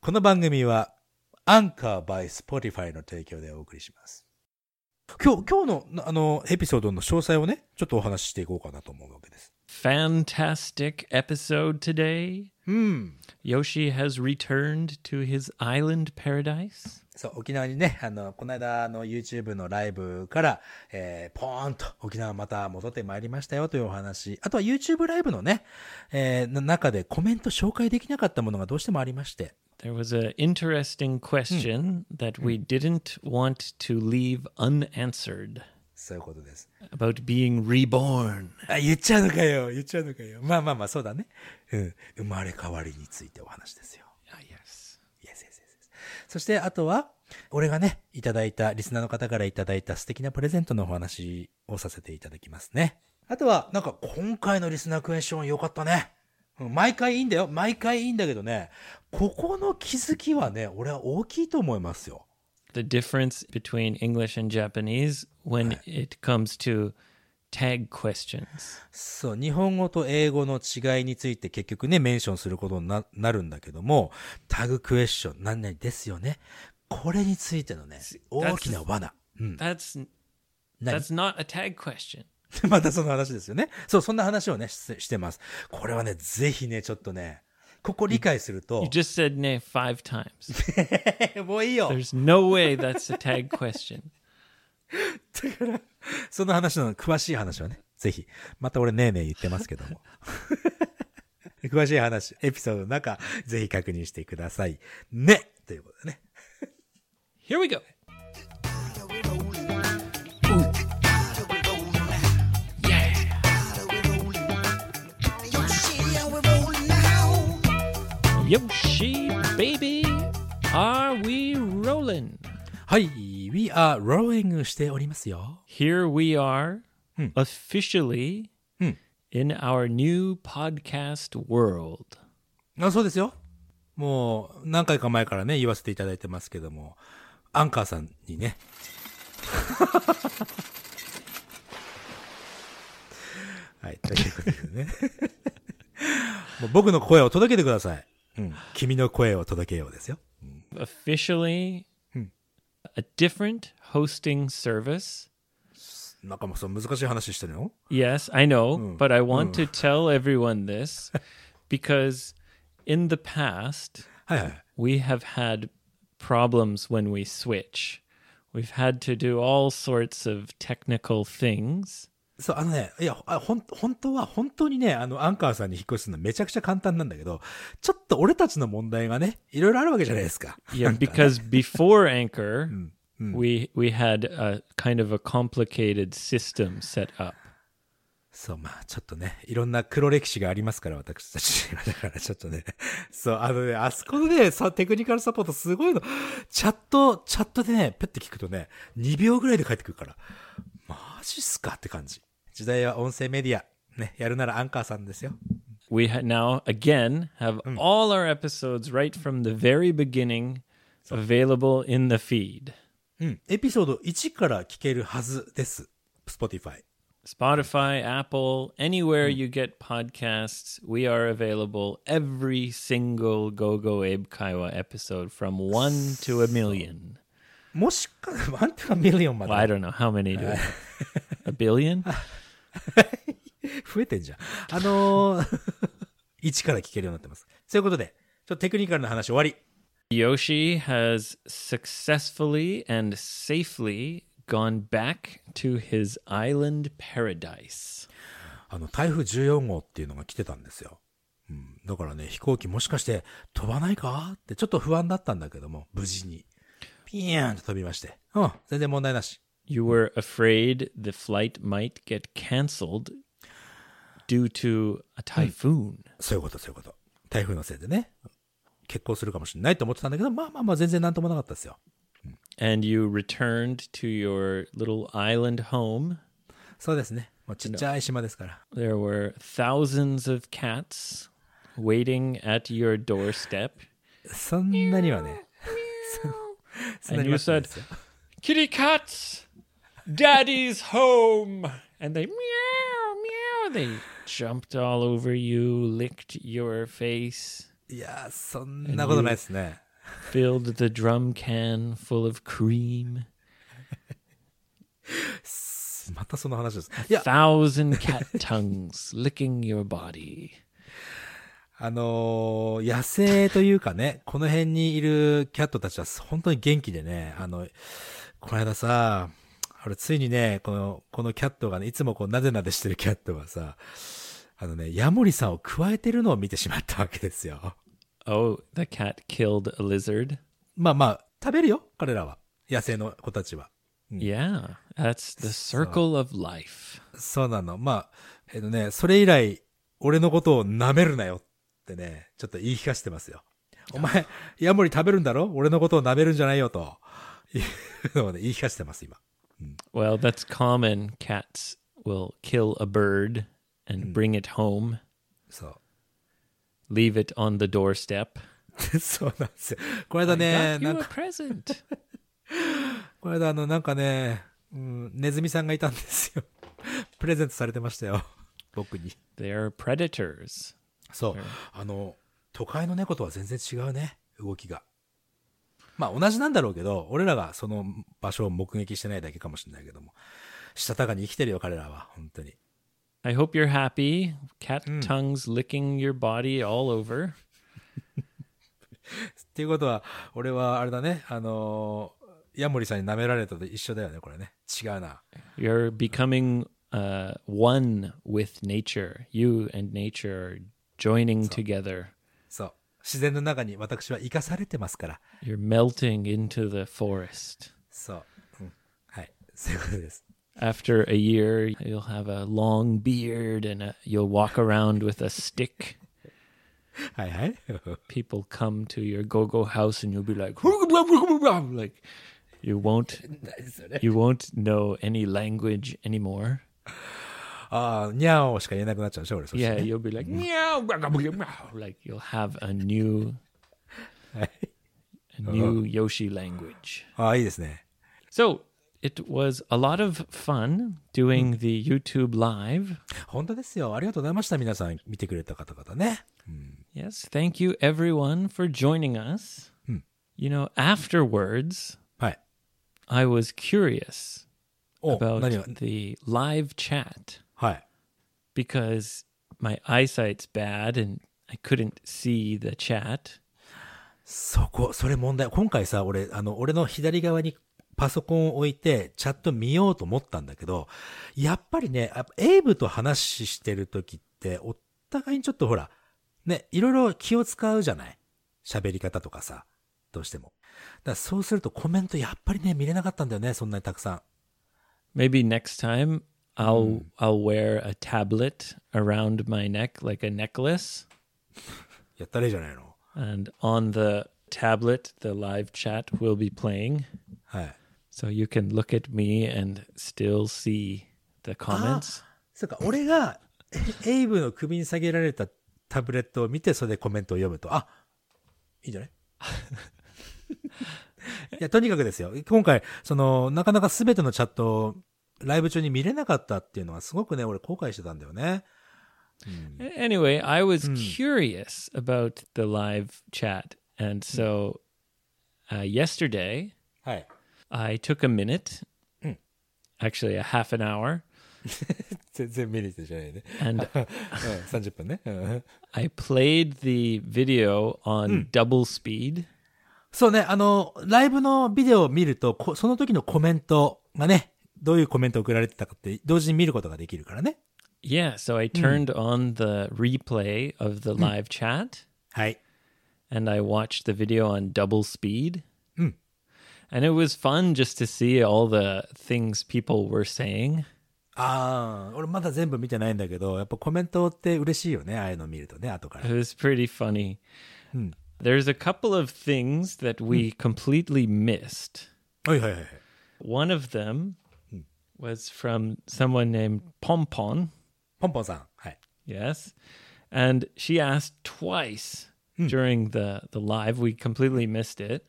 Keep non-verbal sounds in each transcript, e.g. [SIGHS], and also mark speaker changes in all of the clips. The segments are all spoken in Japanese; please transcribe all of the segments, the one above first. Speaker 1: この番組は、アンカー by Spotify の提供でお送りします。今日、今日の、あの、エピソードの詳細をね、ちょっとお話ししていこうかなと思うわけです。
Speaker 2: Fantastic episode today.
Speaker 1: うん。
Speaker 2: Yoshi has returned to his island paradise.
Speaker 1: そう、沖縄にね、あの、この間あの YouTube のライブから、えー、ポーンと沖縄また戻ってまいりましたよというお話。あとは YouTube ライブのね、えーな中でコメント紹介できなかったものがどうしてもありまして。
Speaker 2: There was an interesting question that we didn't want to leave unanswered
Speaker 1: そういうことです。
Speaker 2: about being reborn.
Speaker 1: あ、言っちゃうのかよ言っちゃうのかよまあまあまあ、そうだね。うん。生まれ変わりについてお話ですよ。
Speaker 2: Ah, yes.
Speaker 1: Yes, yes, yes, yes. そして、あとは、俺がね、いただいた、リスナーの方からいただいた素敵なプレゼントのお話をさせていただきますね。あとは、なんか、今回のリスナークエスチョン良かったね。うん毎回いいんだよ。毎回いいんだけどね、ここの気づきはね、俺は大きいと思いますよ。
Speaker 2: The difference between English and Japanese when it comes to tag questions.
Speaker 1: そう、日本語と英語の違いについて結局ね、メンションすることにななるんだけども、タグクエスチョン、何々ですよね。これについてのね、大きな罠。うん。
Speaker 2: That's
Speaker 1: 何
Speaker 2: that's not a tag question.
Speaker 1: [LAUGHS] またその話ですよね。そう、そんな話をね、ししてます。これはね、ぜひね、ちょっとね、ここ理解する
Speaker 2: You
Speaker 1: と、
Speaker 2: just said nay five [LAUGHS]
Speaker 1: [LAUGHS]
Speaker 2: times.
Speaker 1: もういいよ
Speaker 2: There's no way that's a tag question.
Speaker 1: その話の詳しい話はね、ぜひ。また俺ねえねえ言ってますけども。 [LAUGHS] 詳しい話、エピソードの中、ぜひ確認してください。ねということでね。
Speaker 2: Here we go. Yoshi, baby, are we rolling?
Speaker 1: はい、We are rolling しておりますよ。
Speaker 2: Here we are, officially in our new podcast world.
Speaker 1: あそうですよ。もう、何回か前からね、言わせていただいてますけども、アンカーさんにね。 [LAUGHS] はい、ということでね。 [LAUGHS] もう僕の声を届けてください。うん。君の声を届けようですよ。
Speaker 2: Officially, a different hosting service.
Speaker 1: なんかもうそう難しい話してるの
Speaker 2: Yes, I know, but I want to tell everyone this because in the past,
Speaker 1: はいはい。
Speaker 2: we have had problems when we switch. We've had to do all sorts of technical things.
Speaker 1: そう、あのね、いや、あほん、本当は、本当にね、あの、アンカーさんに引っ越しするのめちゃくちゃ簡単なんだけど、ちょっと俺たちの問題がね、いろいろあるわけじゃないですか。
Speaker 2: Yeah, because before Anchor, we we had a kind of a complicated system set up.
Speaker 1: そう、まあ、ちょっとね、いろんな黒歴史がありますから、私たち。 [LAUGHS] だから、ちょっとね。そう、あのね、あそこのね、さ、テクニカルサポートすごいの。チャット、チャットでね、ペッて聞くとね、2秒ぐらいで返ってくるから。マジっすかって感じ。時代は音声メディア。ね、やるならアンカーさんですよ。
Speaker 2: We ha- now again have all our episodes right from the very beginning available in the feed.
Speaker 1: うん。エピソード1から聞けるはずです。Spotify。
Speaker 2: Spotify, Apple, anywhere you get podcasts, we are available every single Go Go Abe Kaiwa episode from one to a million.
Speaker 1: もしか、 [LAUGHS] ワンとかミリオンま
Speaker 2: Well, I
Speaker 1: で
Speaker 2: don't know how many do we a billion?
Speaker 1: 増えてんじゃん。あのー、1から聞けるようになってます。そういうことで、ちょっとテクニカルな話終わり。
Speaker 2: Yoshi has successfully and safely gone back to his island paradise.
Speaker 1: あの、台風14号っていうのが来てたんですよ。うん。だからね、飛行機もしかして飛ばないかってちょっと不安だったんだけども、無事に。ピーンと飛びまして。うん。全然問題なし。
Speaker 2: You were afraid the flight might get canceled due to a typhoon.
Speaker 1: そういうこと、そういうこと。台風のせいでね。欠航するかもしれないと思ってたんだけど、まあまあまあ全然なんともなかったですよ。
Speaker 2: and you returned to your little island home.
Speaker 1: そうですね。もうちっちゃい島ですから。
Speaker 2: There were thousands of cats waiting at your doorstep.
Speaker 1: そんなにはね。そそんな
Speaker 2: And
Speaker 1: には
Speaker 2: you
Speaker 1: 待ってない
Speaker 2: said,
Speaker 1: ですよ
Speaker 2: Kitty cats, daddy's home. And they meow, meow. They jumped all over you, licked your face.
Speaker 1: いやー、そんなことないですね。
Speaker 2: Filled the drum can full of cream.
Speaker 1: またその話です。いや、
Speaker 2: Thousand cat tongues licking your body.
Speaker 1: あのー野生というかね、この辺にいるキャットたちは本当に元気でね、あの、この間さ、俺ついにね、この、このキャットがね、いつもこうなでなでしてるキャットはさ、あのね、ヤモリさんを加えてるのを見てしまったわけですよ。
Speaker 2: Oh, the cat killed a lizard.
Speaker 1: まあまあ、食べるよ、彼らは。野生の子たちは。
Speaker 2: Yeah, that's the circle of life.
Speaker 1: そうなの。まあ、えっとね、それ以来、俺のことを舐めるなよってね、ちょっと言い聞かせてますよ。お前、ヤモリ食べるんだろ俺のことを舐めるんじゃないよと、いうのをね、言い聞かせてます、今。
Speaker 2: Well, that's common. Cats will kill a bird and bring it home,
Speaker 1: そ
Speaker 2: leave it on the doorstep.
Speaker 1: う。 [LAUGHS] そうなんですよ。この間
Speaker 2: Got
Speaker 1: ね、
Speaker 2: you
Speaker 1: なん [LAUGHS]
Speaker 2: a
Speaker 1: か、
Speaker 2: present.
Speaker 1: この間あの、なんかね、うん、ネズミさんがいたんですよ。 [LAUGHS] プレゼントされてましたよ。僕に。
Speaker 2: They're predators.
Speaker 1: そう。あの、都会の猫とは全然違うね、動きが。まあ同じなんだろうけど、俺らがその場所を目撃してないだけかもしれないけども。したたかに生きてるよ、彼らは。本当に。
Speaker 2: I hope you're happy. Cat tongues licking your body all over.
Speaker 1: っていうことは、俺はあれだね、あのーヤモリさんに舐められたと一緒だよね、これね。違うな。
Speaker 2: You're becoming uh, one with nature. You and nature are joining together.
Speaker 1: そう。自然の中に私は生かされてますから。
Speaker 2: You're melting into the forest.
Speaker 1: そう。うん。はい。そういうことです。
Speaker 2: After a year, you'll have a long beard and a, you'll walk around with a stick.
Speaker 1: はいはい。
Speaker 2: People come to your go-go house and you'll be like, like you won't you won't know any language anymore.
Speaker 1: ああ、にゃおしか言えなくなっちゃうでしょ、俺。そして
Speaker 2: Yeah, you'll be like meow, meow, meow, meow." like you'll have a new, a new Yoshi language.
Speaker 1: ああ、いいですね。
Speaker 2: So it was a lot of fun doing the YouTube live.
Speaker 1: 本当ですよ。ありがとうございました。皆さん見てくれた方々ね。
Speaker 2: Yes, thank you everyone for joining us. You know, afterwards,
Speaker 1: はい。
Speaker 2: I was curious
Speaker 1: お、
Speaker 2: about
Speaker 1: 何が、
Speaker 2: the live chat
Speaker 1: はい。
Speaker 2: because my eyesight's bad and I couldn't see the chat.
Speaker 1: そこ、それ問題。今回さ、俺、あの、俺の左側にパソコンを置いて、チャット見ようと思ったんだけど、やっぱりね、あエイブと話してる時って、お互いにちょっとほら、ね、いろいろ気を使うじゃない喋り方とかさ、どうしても。だからそうするとコメントやっぱりね、見れなかったんだよね、そんなにたくさん。
Speaker 2: Maybe next time I'll I'll wear a tablet around my neck like a necklace,
Speaker 1: やったらいいじゃないの。
Speaker 2: and on the tablet the live chat will be playing,
Speaker 1: はい。
Speaker 2: so you can look at me and still see the comments.
Speaker 1: そうか、俺が、えエイブの首に下げられたタブレットを見て、それでコメントを読むと、あ、いいんじゃない [LAUGHS] いや、とにかくですよ。今回、その、なかなか全てのチャットをライブ中に見れなかったっていうのは、すごくね、俺後悔してたんだよね。
Speaker 2: Anyway, I was curious about the live chat, and so uh, yesterday
Speaker 1: はい。
Speaker 2: I took a minute, actually a half an hour,
Speaker 1: 全然見れてじゃないね。 [LAUGHS]
Speaker 2: and
Speaker 1: 30分ね。
Speaker 2: I played the video on double speed.
Speaker 1: そうね、あの、ライブのビデオを見ると、こその時のコメントがね、どういうコメントを送られてたかって、同時に見ることができるからね。
Speaker 2: Yeah, so I turned on the replay of the live chat
Speaker 1: はい。
Speaker 2: and I watched the video on double speed. And it was fun just to see all the things people were saying.
Speaker 1: ああ、俺まだ全部見てないんだけど、やっぱコメントって嬉しいよね、ああいうの見るとね、後から。
Speaker 2: [LAUGHS] It was pretty funny. There's a couple of things that we completely missed.
Speaker 1: はいはいはいはい。
Speaker 2: One of them was from someone named Pompon.
Speaker 1: ポンポンさん。はい。
Speaker 2: Yes. And she asked twice during the, the live. We completely missed it.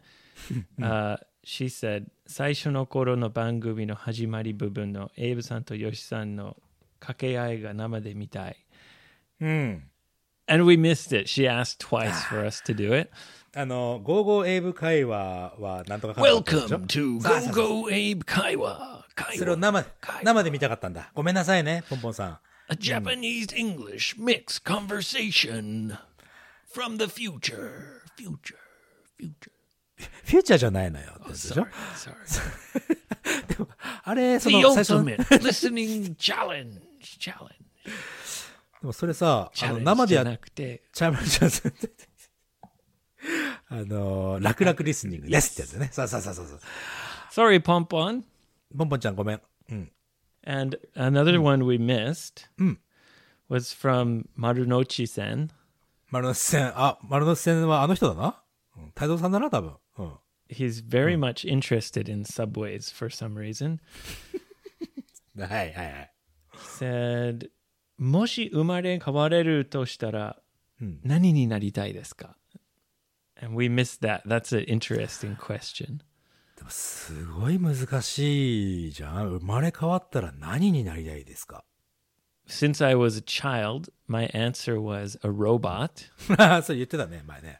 Speaker 2: uh, she said, 最初の頃の番組の始まり部分のエイブさんとヨシさんの掛け合いが生で見たい。
Speaker 1: うん。
Speaker 2: And we missed it. She asked twice for us to do it.
Speaker 1: あの、55英語会話はなんとかかんとかってことでしょ
Speaker 2: to Go Go Abe Kaiwa.
Speaker 1: それを生、生で見たかったんだ。ごめんなさいね、ポンポンさん。
Speaker 2: a Japanese English mixed conversation from the future. Future. Future.
Speaker 1: フューチャーじゃないのよ。ってことでしょ
Speaker 2: Sorry, sorry.
Speaker 1: でも、あれ、そ
Speaker 2: the
Speaker 1: の、最初の、で
Speaker 2: ultimate listening challenge. Challenge.
Speaker 1: もそれさ、あの、
Speaker 2: Challenge
Speaker 1: 生でやっ
Speaker 2: じゃなくて、
Speaker 1: チャームジャズ。あのー、楽々リスニングですってやつね。そうそうそうそうそう。
Speaker 2: Sorry, Pomp On.
Speaker 1: ボンボンちゃんごめん。うん。
Speaker 2: And another one we missed was from Marunouchi san.
Speaker 1: 丸の内線、あ、丸の内線はあの人だな。うん太蔵さんだな、多分。うん。
Speaker 2: He's very much interested in subways for some reason.
Speaker 1: はいはいはい。
Speaker 2: said, もし生まれ変われるとしたら何になりたいですか、And we missed that. That's an interesting question.
Speaker 1: すごい難しいじゃん。生まれ変わったら何になりたいですか
Speaker 2: Since I was a child, my answer was a robot.
Speaker 1: [LAUGHS] そう言ってたね、前ね。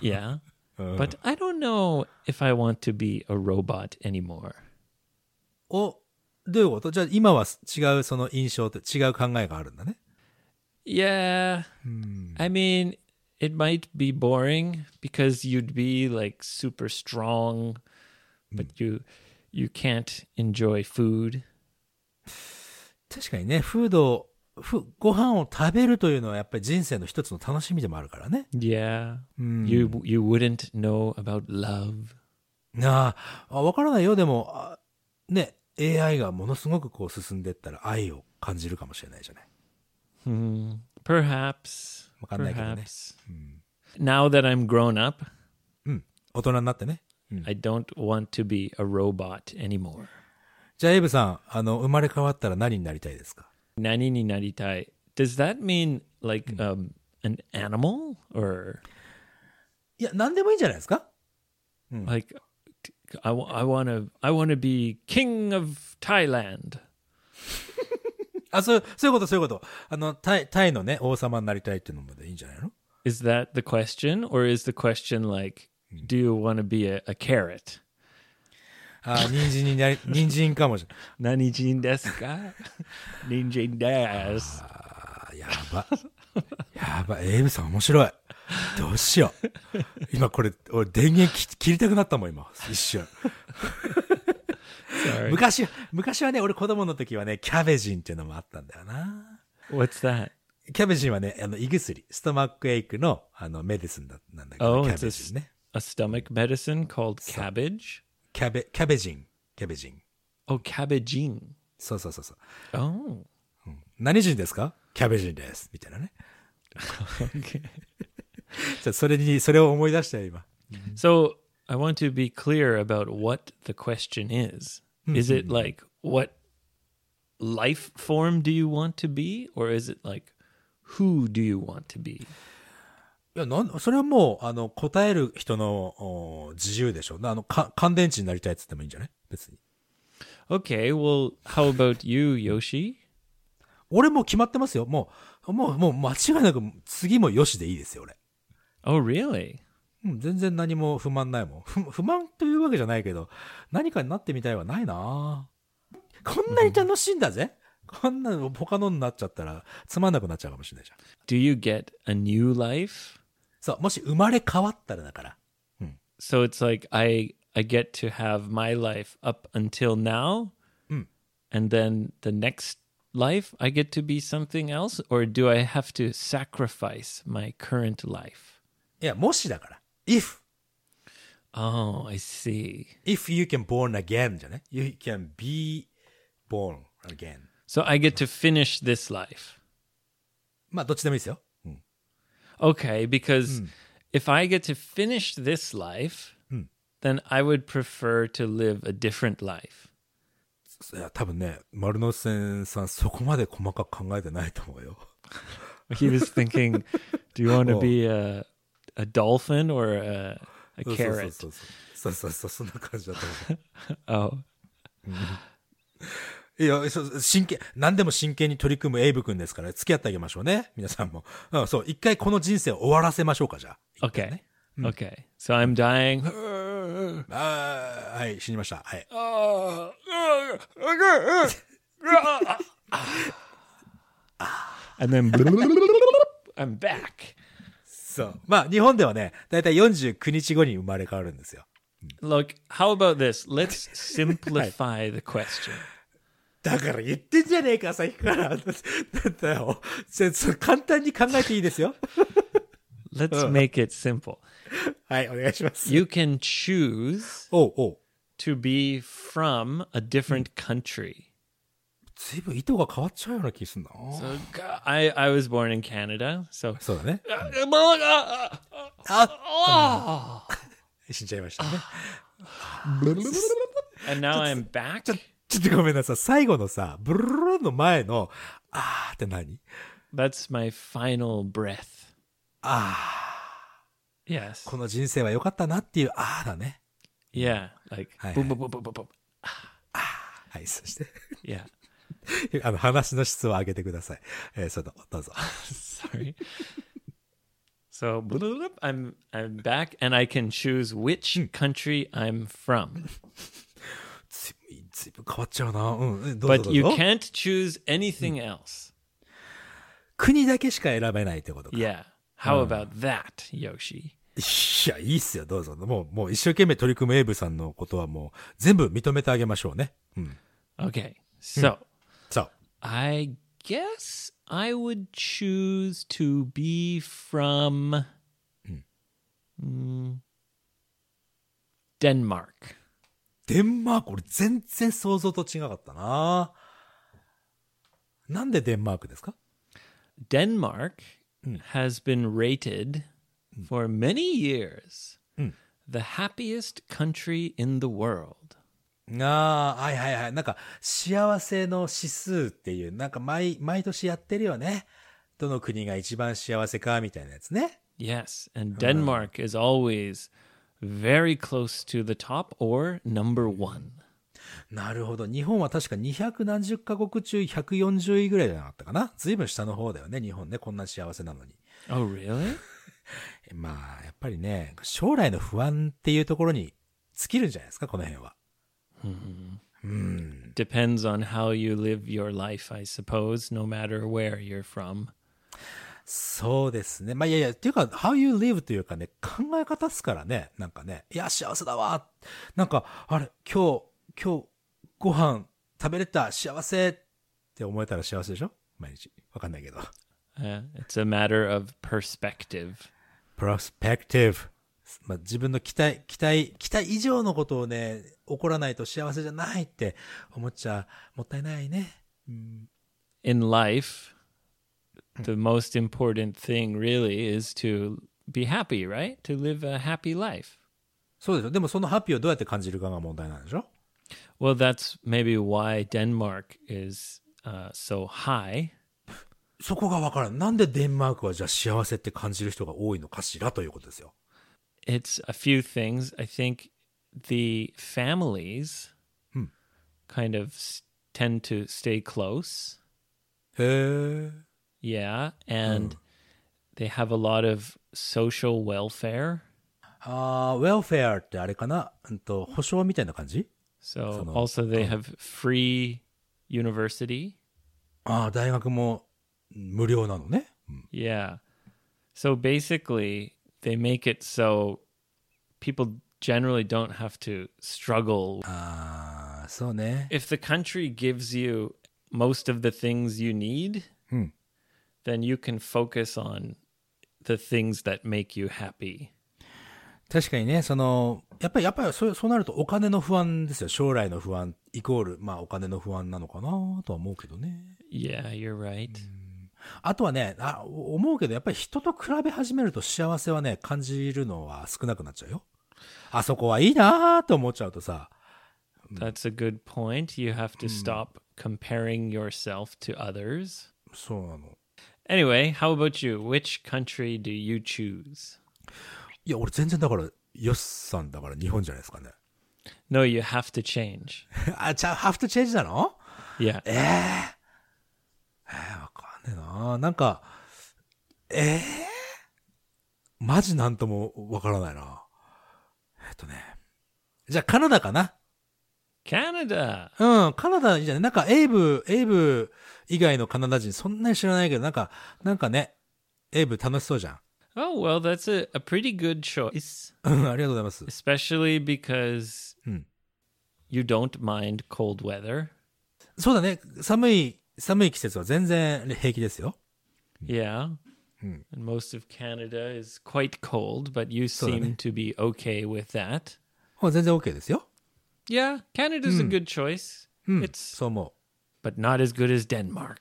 Speaker 2: Yeah. But I don't know if I want to be a robot anymore.
Speaker 1: お、どういうことじゃあ今は違うその印象と違う考えがあるんだね。
Speaker 2: Yeah. I mean, it might be boring because you'd be like super strong, but you you can't enjoy food.
Speaker 1: 確かにね、フード、ふご飯を食べるというのはやっぱり人生の一つの楽しみでもあるからね。
Speaker 2: Yeah. You you wouldn't know about love.
Speaker 1: なああ、わからないよ。でも、あね、AI がものすごくこう進んでったら愛を感じるかもしれないじゃない。
Speaker 2: Hmm. Perhaps.
Speaker 1: わかんないけどね。
Speaker 2: Perhaps. Now that I'm grown up,
Speaker 1: うん。大人になってね。
Speaker 2: I don't want to be a robot anymore.
Speaker 1: じゃあ、エイブさん、あの、生まれ変わったら何になりたいですか
Speaker 2: Nani ni naritai. Does that mean like um an animal or
Speaker 1: いや、何でもいいんじゃないですか
Speaker 2: like t- I, wa- I want to I want to be king of Thailand.
Speaker 1: あ、そう、そういうこと、そういうこと。あの、タイ、タイのね、王様になりたいっていうのもでいいんじゃないの
Speaker 2: Is that the question or is the question like do you want to be a, a carrot?
Speaker 1: [LAUGHS] あ、人参になり、人参かもしれない。
Speaker 2: Nani jin desu ka? [LAUGHS] Ninjin desu.
Speaker 1: あ、やば。やば、エイブさん面白い。どうしよう。今これ、俺電源き切りたくなったもん、今。一 [LAUGHS] 瞬。
Speaker 2: Sorry.
Speaker 1: 昔、昔はね、俺子供の時はね、キャベジンっていうのもあったんだよな。
Speaker 2: What's that?
Speaker 1: キャベジンはね、あの、胃薬、ストマックエイクの、あの、メディスンだなんだけど、
Speaker 2: Oh,
Speaker 1: キャ
Speaker 2: it's a,
Speaker 1: ベ
Speaker 2: s-
Speaker 1: ジンね。
Speaker 2: a stomach medicine called cabbage.
Speaker 1: キャベ、キャベジン。キャベジン。
Speaker 2: Oh, cabbaging.
Speaker 1: そうそうそうそう。
Speaker 2: Oh.
Speaker 1: 何人ですかキャベジンです。みたいなね。 [LAUGHS]
Speaker 2: Okay.
Speaker 1: じゃあそれに、それを思い出したよ、今。
Speaker 2: So I want to be clear about what the question is. Is it like what life form do you want to be, or is it like who do you want to be?
Speaker 1: いや、なん、それはもう、あの、答える人の、お自由でしょ。なあの、か、乾電池になりたいって言ってもいいんじゃない別に。
Speaker 2: Okay, well, how about you, Yoshi?
Speaker 1: 俺もう決まってますよ。もう、もう、もう間違いなく、次もよしでいいですよ、俺。
Speaker 2: Oh, really?
Speaker 1: うん、全然何も不満ないもん。 [LAUGHS] 不不満というわけじゃないけど、何かになってみたいはないなこんなに楽しいんだぜ。こんなの他のになっちゃったら、つまんなくなっちゃうかもしれないじゃん。
Speaker 2: Do you get a new life?
Speaker 1: そう、もし生まれ変わったらだから。
Speaker 2: So it's like I I get to have my life up until now, and then the next life I get to be something else, or do I have to sacrifice my current life?
Speaker 1: いや、もしだから。if,
Speaker 2: Oh, I see.
Speaker 1: if you can born again じゃね ?you can be born again.
Speaker 2: So I get to finish this life.
Speaker 1: まあ、どっちでもいいですよ。うん。
Speaker 2: Okay, because if I get to finish this life, then I would prefer to live a different life. [LAUGHS]
Speaker 1: いや、多分ね、丸の内線さんそこまで細かく考えてないと思うよ。
Speaker 2: He was thinking, do you want to
Speaker 1: Oh.
Speaker 2: be a a dolphin or a, a
Speaker 1: そう
Speaker 2: carrot?
Speaker 1: そうそうそう。そうそうそう、そんな感じだと思う。
Speaker 2: Oh,
Speaker 1: いや、そう、真剣、何でも真剣に取り組むエイブ君ですから、付き合ってあげましょうね。皆さんも。うん、そう、一回この人生を終わらせましょうか、じゃあ。
Speaker 2: Okay.
Speaker 1: Hmm.
Speaker 2: Okay. So I'm dying.
Speaker 1: あーはい、死にました。はい。
Speaker 2: and then I'm back.
Speaker 1: [LAUGHS] そう。まあ、日本ではね、だいたい49日後に生まれ変わるんですよ。
Speaker 2: Look, how about
Speaker 1: [LAUGHS]
Speaker 2: this? Let's simplify the question.
Speaker 1: だから言ってんじゃねえか、さっきから。だだよ。せそう簡単に考えていいですよ。
Speaker 2: Let's make it simple.
Speaker 1: [LAUGHS] はい、お願いします。
Speaker 2: You can choose
Speaker 1: おうおう。
Speaker 2: to be from a
Speaker 1: Hmm.
Speaker 2: different country.
Speaker 1: ずいぶん意図が変わっちゃうような気すんな。
Speaker 2: So, g- I, I was born in Canada, so
Speaker 1: そうだね。Ah.
Speaker 2: Ah.
Speaker 1: 死んじゃいましたね。
Speaker 2: and now I'm back.
Speaker 1: ちょっとごめんなさい。最後のさ、ブルルルルの前の、あーって何
Speaker 2: That's my final breath. Ah. Yes.
Speaker 1: この人生は良かったなっていう、あーだね。
Speaker 2: Yeah. Like
Speaker 1: Hi,
Speaker 2: boom,
Speaker 1: hi.
Speaker 2: boom, boom, boom, boom, boom.
Speaker 1: はい、そして、 [LAUGHS]
Speaker 2: Yeah.
Speaker 1: あの、話の質を上げてください。えー、その、どうぞ。
Speaker 2: Sorry. so blah, blah, blah, I'm I'm back, and I can choose which country I'm from.
Speaker 1: ずいずいぶん変わっちゃうな。うんうん、どうぞ
Speaker 2: But
Speaker 1: どう
Speaker 2: you
Speaker 1: ぞ。
Speaker 2: can't choose anything else.
Speaker 1: 国だけしか選べないってことか。い
Speaker 2: Yeah. How about that, Yoshi?
Speaker 1: や、いいっすよ、どうぞ。もう、もう一生懸命取り組むエイブさんのことはもう、全部認めてあげましょうね。うん。
Speaker 2: Okay. So
Speaker 1: そう。
Speaker 2: I guess I would choose to be from mm, Denmark.
Speaker 1: デンマーク、俺全然想像と違かったな。なんでデンマークですか
Speaker 2: Denmark has been rated for many years the happiest country in the world.
Speaker 1: ああ、はいはいはい。なんか、幸せの指数っていう、なんか毎、毎年やってるよね。どの国が一番幸せか、みたいなやつね。
Speaker 2: Yes, and Denmark is always very close to the top or number one.
Speaker 1: なるほど。日本は確か200何十カ国中140位ぐらいじゃなかったかな。ずいぶん下の方だよね、日本ね。こんな幸せなのに。
Speaker 2: Oh, really?
Speaker 1: えまあ、やっぱりね、将来の不安っていうところに尽きるんじゃないですか、この辺は。
Speaker 2: [LAUGHS] Depends on how you live your life, I suppose, no matter where you're from.
Speaker 1: そうですね。まあいやいや、っていうか、how you live というかね、考え方っすからね。なんかね、いや、幸せだわ。なんか、あれ、今日、今日、ご飯食べれた、幸せって思えたら幸せでしょ毎日。わかんないけど。
Speaker 2: Uh, it's a matter of perspective.
Speaker 1: prospective. まあ、自分の期待、期待、期待以上のことをね、起こらないと幸せじゃないって思っちゃもったいないね。
Speaker 2: in life, the most important thing really is to be happy, right? To live a happy life.
Speaker 1: そうですよ。でもそのハッピーをどうやって感じるかが問題なんでしょ
Speaker 2: Well, that's maybe why Denmark is uh, so high.
Speaker 1: そこがわからん。なんでデンマークはじゃあ幸せって感じる人が多いのかしらということですよ。
Speaker 2: It's a few things. I think the families kind of s- tend to stay close.
Speaker 1: へえ。
Speaker 2: Yeah. And they have a lot of social welfare.
Speaker 1: あー、ウェルフェアってあれかなうんと、保証みたいな感じ
Speaker 2: So also they have free university.
Speaker 1: あー、大学も無料なのね。
Speaker 2: Yeah. So basically, they make it so people generally don't have to struggle.
Speaker 1: あー、そうね。
Speaker 2: If the country gives you most of the things you need, then you can focus on the things that make you happy.
Speaker 1: 確かにね、その、やっぱり、やっぱりそう、そうなるとお金の不安ですよ。将来の不安、イコール、まあお金の不安なのかなとは思うけどね。
Speaker 2: Yeah, you're right.
Speaker 1: あとはね、あお思うけど、やっぱり人と比べ始めると幸せはね、感じるのは少なくなっちゃうよ。あそこはいいなーと思っちゃうとさ、
Speaker 2: That's a good point. You have to stop comparing yourself to others.
Speaker 1: そうなの。
Speaker 2: Anyway, how about you? Which country do you choose?
Speaker 1: いや、俺全然だから、ヨッさんだから日本じゃないですかね。 [LAUGHS]
Speaker 2: No, you have to change.
Speaker 1: あ、じゃあ、ハフトチェンジなの
Speaker 2: Yeah.
Speaker 1: えええー、わかんねえななんか、ええマジなんともわからないな。えっとね。じゃあカナダかな
Speaker 2: Canada.
Speaker 1: うん、カナダいいじゃないなんかエイブ、エイブ以外のカナダ人そんなに知らないけど、なんか、なんかね、エイブ楽しそうじゃん。
Speaker 2: Oh, well, that's a, a pretty good choice,
Speaker 1: うん、ありがとうございます。
Speaker 2: especially because
Speaker 1: Hmm.
Speaker 2: you don't mind cold weather.
Speaker 1: そうだね、寒い、寒い季節は全然平気ですよ。
Speaker 2: Yeah.
Speaker 1: Hmm.
Speaker 2: And most of Canada is quite cold, but you
Speaker 1: So, I
Speaker 2: seem
Speaker 1: mean-
Speaker 2: to be okay with that.
Speaker 1: もう全然 OK ですよ。
Speaker 2: Yeah, Canada's
Speaker 1: Hmm.
Speaker 2: a good choice.
Speaker 1: うん、
Speaker 2: It's
Speaker 1: そう思う。
Speaker 2: but not as good as Denmark.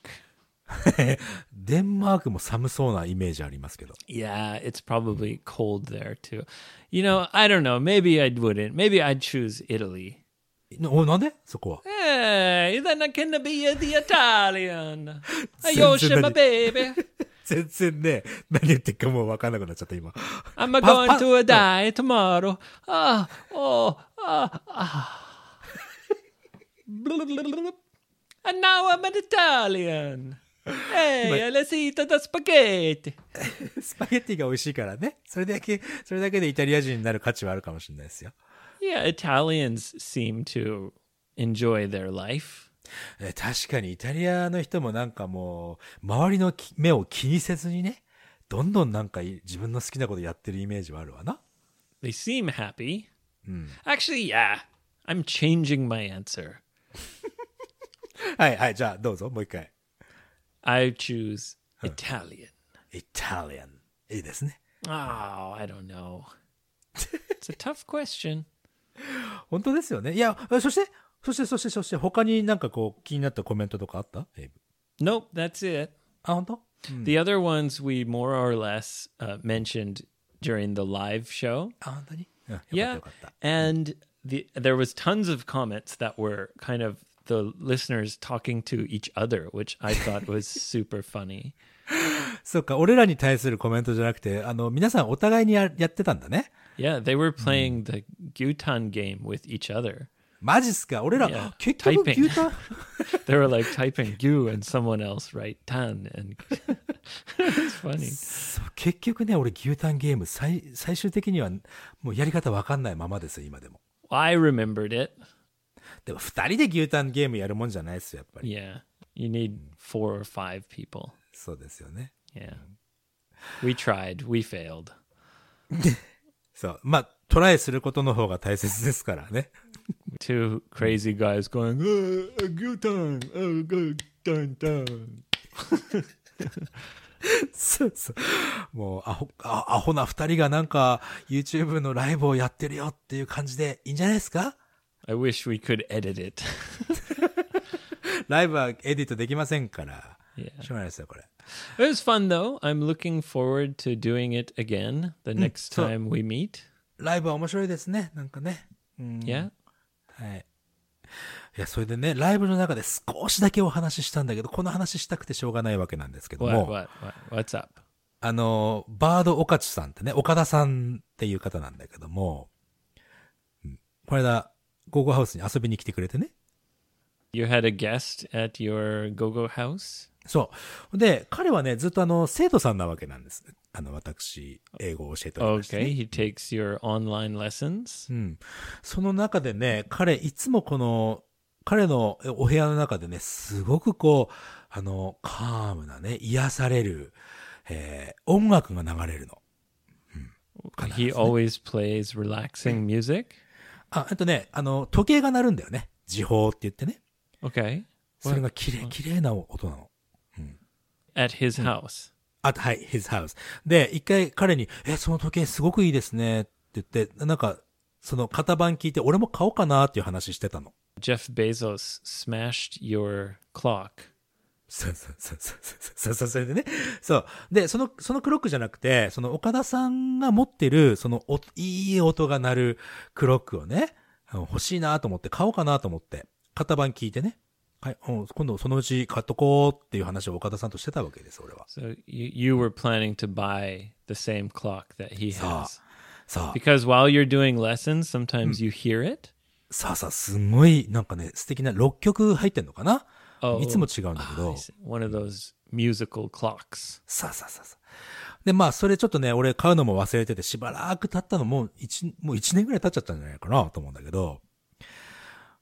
Speaker 1: [LAUGHS] デンマークも寒そうなイメージありますけど。
Speaker 2: Yeah, it's probably cold there too. You know, I don't know. Maybe I wouldn't. Maybe I'd choose Italy.
Speaker 1: なお、なんでそこは。
Speaker 2: Hey, Eh, then I can be the Italian.
Speaker 1: [LAUGHS] Senza
Speaker 2: Yoshi, my
Speaker 1: nani-
Speaker 2: baby.
Speaker 1: [LAUGHS] 全然ね、何言ってるかもう分かんなくなっちゃった、今。
Speaker 2: I'm
Speaker 1: Pa-
Speaker 2: going
Speaker 1: pa-
Speaker 2: to die tomorrow. Ah, oh, ah,
Speaker 1: [LAUGHS]
Speaker 2: ah. And now I'm an Italian. Hey, let's eat the spaghetti.
Speaker 1: [LAUGHS] スパゲッティが美味しいからね。それだけ、それだけでイタリア人になる価値はあるかもしれないですよ。
Speaker 2: Yeah, Italians seem to enjoy their life.
Speaker 1: えー確かにイタリアの人もなんかもう、周りのき目を気にせずにね、どんどんなんかい自分の好きなことやってるイメージはあるわな。
Speaker 2: They seem happy.
Speaker 1: Hmm.
Speaker 2: Actually, yeah. I'm changing my answer.
Speaker 1: はいはい、じゃあどうぞ、もう一回。
Speaker 2: I choose Italian.
Speaker 1: イタリアン。いいですね。
Speaker 2: Oh, I don't [LAUGHS] know. it's a tough question.
Speaker 1: 本当ですよね。いや、えそして、そして、そして、そして、他になんかこう気になったコメントとかあったエイブ
Speaker 2: Nope, that's it.
Speaker 1: あ、本当
Speaker 2: The other ones we more or less uh, mentioned during the live show.
Speaker 1: あ、本当にうん、よかった
Speaker 2: Yeah.
Speaker 1: よかった。
Speaker 2: And the there was tons of comments that were kind of the listeners talking to each other, which I thought [LAUGHS] was super funny.
Speaker 1: そうか、俺らに対するコメントじゃなくて、あの、皆さんお互いにややってたんだね。
Speaker 2: Yeah, they were playing the Gutan game with each other.
Speaker 1: マジっすか俺ら、
Speaker 2: Yeah.
Speaker 1: 結局
Speaker 2: Typing.
Speaker 1: 牛タン
Speaker 2: They were like [LAUGHS] typing "you" and someone else write "tan," and [LAUGHS] it's funny. [LAUGHS]
Speaker 1: そう結局ね、俺牛タンゲーム最、最終的にはもうやり方わかんないままですよ、今でも。
Speaker 2: I remembered it.
Speaker 1: でも二人で牛タンゲームやるもんじゃないっすよ、やっぱり。
Speaker 2: Yeah, you need four or five people.
Speaker 1: そうですよね。
Speaker 2: Yeah, we tried. We failed.
Speaker 1: そう。まあ、トライすることの方が大切ですからね。
Speaker 2: Two crazy guys going uh, uh, "Gutan, uh, Gutan, tan."
Speaker 1: そうそう。もう、アホ、あアホな二人がなんか、YouTube のライブをやってるよっていう感じでいいんじゃないですか
Speaker 2: I wish we could edit it. [LAUGHS]
Speaker 1: ライブはエディットできませんから。しょうがないですよ、これ。
Speaker 2: it was fun though. I'm looking forward to doing it again the next
Speaker 1: so-
Speaker 2: time we meet.
Speaker 1: ライブは面白いですね、なんかね。
Speaker 2: Yeah.
Speaker 1: はい。いや、それでね、ライブの中で少しだけお話ししたんだけど、この話したくてしょうがないわけなんですけど
Speaker 2: What?
Speaker 1: も、
Speaker 2: What? What? What's up?
Speaker 1: あの、バード岡地さんってね、岡田さんっていう方なんだけども、うん、この間、ゴーゴーハウスに遊びに来てくれてね。
Speaker 2: You had a guest at your go-go house?
Speaker 1: そう。で、彼はね、ずっとあの、生徒さんなわけなんです。あの、私、英語を教えておりまして、
Speaker 2: Okay, he takes your online lessons.
Speaker 1: うん。その中でね、彼、いつもこの、彼のお部屋の中でね、すごくこう、あの、カームなね、癒される、えー音楽が流れるの。
Speaker 2: He always plays relaxing music.
Speaker 1: あ、あとね、あの、時計が鳴るんだよね。時報って言ってね。
Speaker 2: Okay.
Speaker 1: それが綺麗、綺麗な音なの。
Speaker 2: At his house.
Speaker 1: あと、はい、his house。で、一回彼に、え、その時計すごくいいですね、って言って、なんか、その型番聞いて、俺も買おうかなっていう話してたの。
Speaker 2: Jeff Bezos smashed your clock.
Speaker 1: そうそうそうそうそうそう、それでね。そう。で、その、そのクロックじゃなくて、その岡田さんが持ってる、そのお、いい音が鳴るクロックをね、あの欲しいなと思って、買おうかなと思って、型番聞いてね。はい、うん、今度そのうち買っとこうっていう話を岡田さんとしてたわけです、俺は。
Speaker 2: So you, you were planning to buy the same clock that he has.
Speaker 1: さあ、
Speaker 2: Because while you're doing lessons, sometimes you hear it.
Speaker 1: さあさあ、すごい、なんかね、素敵な6曲入ってんのかな
Speaker 2: Oh,
Speaker 1: いつも違うんだけ
Speaker 2: I
Speaker 1: ど、
Speaker 2: see. one of those musical clocks.
Speaker 1: さあさあさあさあ。で、まあ、それちょっとね、俺買うのも忘れてて、しばらく経ったのもう一、もう一年ぐらい経っちゃったんじゃないかなと思うんだけど。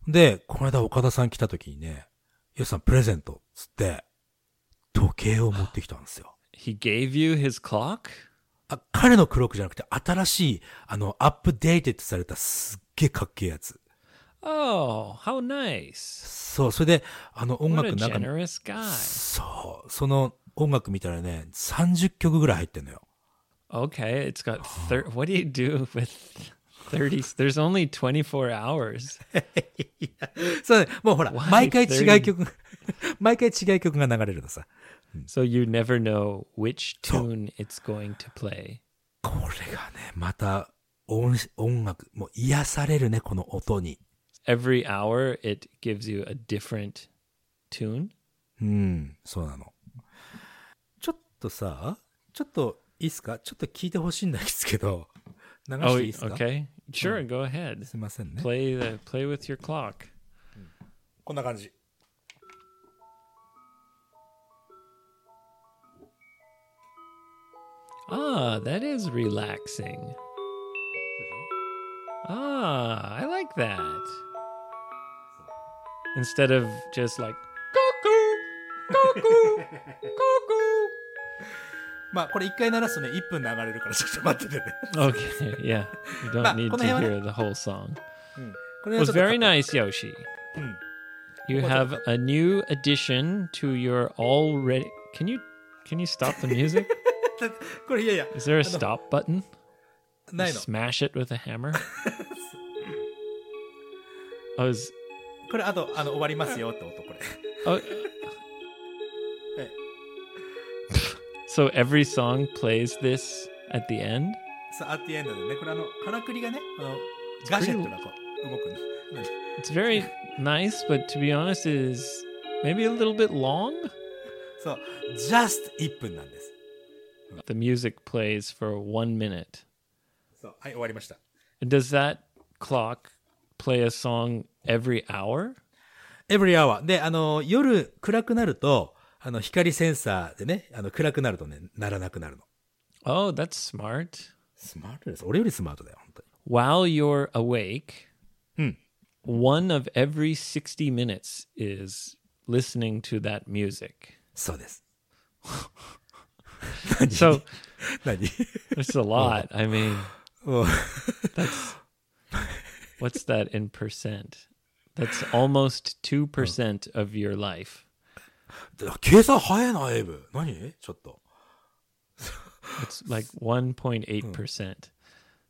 Speaker 1: で、この間岡田さん来た時にね、よしさんプレゼント、つって、時計を持ってきたんですよ。
Speaker 2: He gave you his clock?
Speaker 1: あ、彼のクロックじゃなくて、新しい、あの、アップデーテッドされたすっげえかっけえやつ。
Speaker 2: Oh, how nice.
Speaker 1: そう、それで、あの音
Speaker 2: What
Speaker 1: 楽
Speaker 2: a
Speaker 1: の中に、
Speaker 2: generous guy.
Speaker 1: そう、その音楽見たらね、30曲ぐらい入ってんのよ。
Speaker 2: Okay, it's got thir- what do you do with 30 there's only 24 hours.
Speaker 1: [LAUGHS] そうね、もうほら、
Speaker 2: Why
Speaker 1: 毎回違
Speaker 2: thirty？
Speaker 1: う [LAUGHS] 曲、毎回違う曲が流れるのさ。
Speaker 2: So you never know which tune it's going to play.
Speaker 1: これがね、また音音楽、もう癒されるね、この音に。
Speaker 2: Every hour it gives you a different tune.
Speaker 1: うん、そうなの。ちょっとさ、ちょっといいっすかちょっと聞いてほしいんですけど、流し
Speaker 2: Oh,
Speaker 1: ていいっすか、
Speaker 2: okay. Sure, go ahead.
Speaker 1: すいませんね。
Speaker 2: Play the play with your clock.
Speaker 1: こんな感じ。
Speaker 2: Ah, that is relaxing. Ah, I like that. Instead of just like cuckoo, cuckoo, cuckoo.
Speaker 1: まあ、これ一回鳴らすとね、1分流れるからちょっと待っててね。
Speaker 2: Okay, [LAUGHS] yeah. You don't need to
Speaker 1: この辺はね。
Speaker 2: hear the whole song.
Speaker 1: こ
Speaker 2: It
Speaker 1: れ
Speaker 2: was
Speaker 1: ちょっと
Speaker 2: very nice, Yoshi. You have a new addition to your already. Can you can you stop the music?
Speaker 1: これいやいや、
Speaker 2: Is there a stop button?
Speaker 1: ない
Speaker 2: You
Speaker 1: の。
Speaker 2: Smash it with a hammer. Oh, I was.
Speaker 1: これあと、あの、終わりますよって音、これ。
Speaker 2: Oh. so every song plays this at the end.
Speaker 1: さあ、アッティエンドでね、これあの、からくりがね、あの、ガシェットがこう、動くんです。
Speaker 2: It's very nice, but to be honest, it is maybe a little bit long.
Speaker 1: そう、just 1分なんです。
Speaker 2: The music plays for one minute.
Speaker 1: そう、はい、終わりました。
Speaker 2: Does that clock play a song every hour?
Speaker 1: every hour. で、あの、夜暗くなると、あの、光センサーでね、あの、暗くなるとね、鳴らなくなるの。
Speaker 2: Oh, that's smart.
Speaker 1: スマートです。俺よりスマートだよ、本当に。
Speaker 2: While you're awake,
Speaker 1: Hmm.
Speaker 2: one of every 60 minutes is listening to that music.
Speaker 1: そうです。
Speaker 2: So
Speaker 1: 何
Speaker 2: It's a lot. I mean,
Speaker 1: もう
Speaker 2: what's that in percent? That's almost 2% of your life.
Speaker 1: 計算早いな、エイブ。何ちょっと。
Speaker 2: It's [LAUGHS] like 1.8%,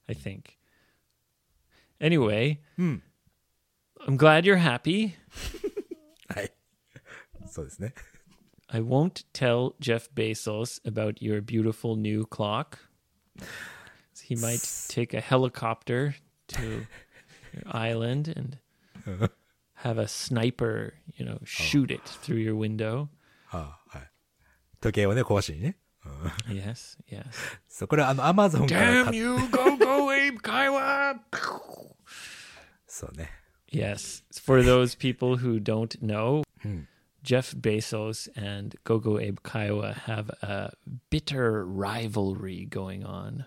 Speaker 2: I think. Anyway, I'm glad you're happy.
Speaker 1: はい。そうですね。
Speaker 2: I won't tell Jeff Bezos about your beautiful new clock. He might [LAUGHS] take a helicopter to your island and [LAUGHS] have a sniper, you know, shoot it through your window.
Speaker 1: 時計をね、壊しにね。
Speaker 2: Yes, yes.
Speaker 1: そう、これはあの、アマゾンから買っ
Speaker 2: you, go, go, Abe Kaiwa! [LAUGHS]
Speaker 1: そうね。
Speaker 2: yes, for those people who don't know, Jeff Bezos and Gogo Abe Kaiwa have a bitter rivalry going on.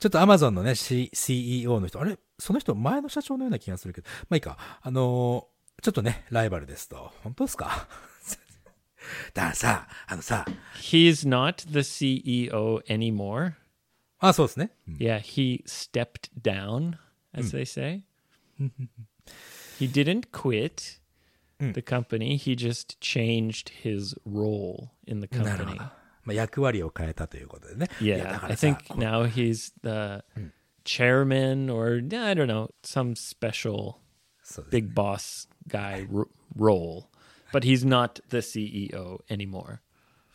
Speaker 1: ちょっとアマゾンのね、C、CEO の人、あれその人、前の社長のような気がするけど、まあいいか。あのーちょっとね、ライバルですと。本当ですか [LAUGHS] だからさ、あのさ、
Speaker 2: He's not the CEO anymore.
Speaker 1: あ、そうですね。うん
Speaker 2: Yeah, he stepped down, as they say. he didn't quit the company, he just changed his role in the
Speaker 1: なるほ
Speaker 2: company.
Speaker 1: ど。まあ、役割を変えたということでね。い
Speaker 2: Yeah,
Speaker 1: や、だか
Speaker 2: I
Speaker 1: らさ、
Speaker 2: think now he's the chairman or I don't know, some special
Speaker 1: そうです
Speaker 2: big boss guy r- role, but he's not the CEO anymore.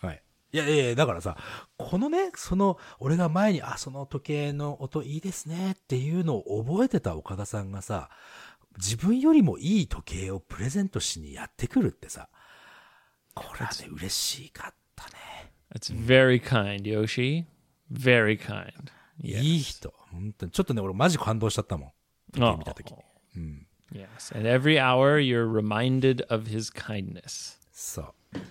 Speaker 1: はい。いやいやいや、だからさ、このね、その、俺が前に、あ、その時計の音いいですねっていうのを覚えてた岡田さんがさ、自分よりもいい時計をプレゼントしにやってくるってさ、これはね、嬉しかったね。
Speaker 2: That's very kind, Yoshi. Very kind.
Speaker 1: いい人。本当に。ちょっとね、俺マジ感動しちゃったもん。
Speaker 2: Oh, Yes. And every hour you're reminded of his kindness.
Speaker 1: そ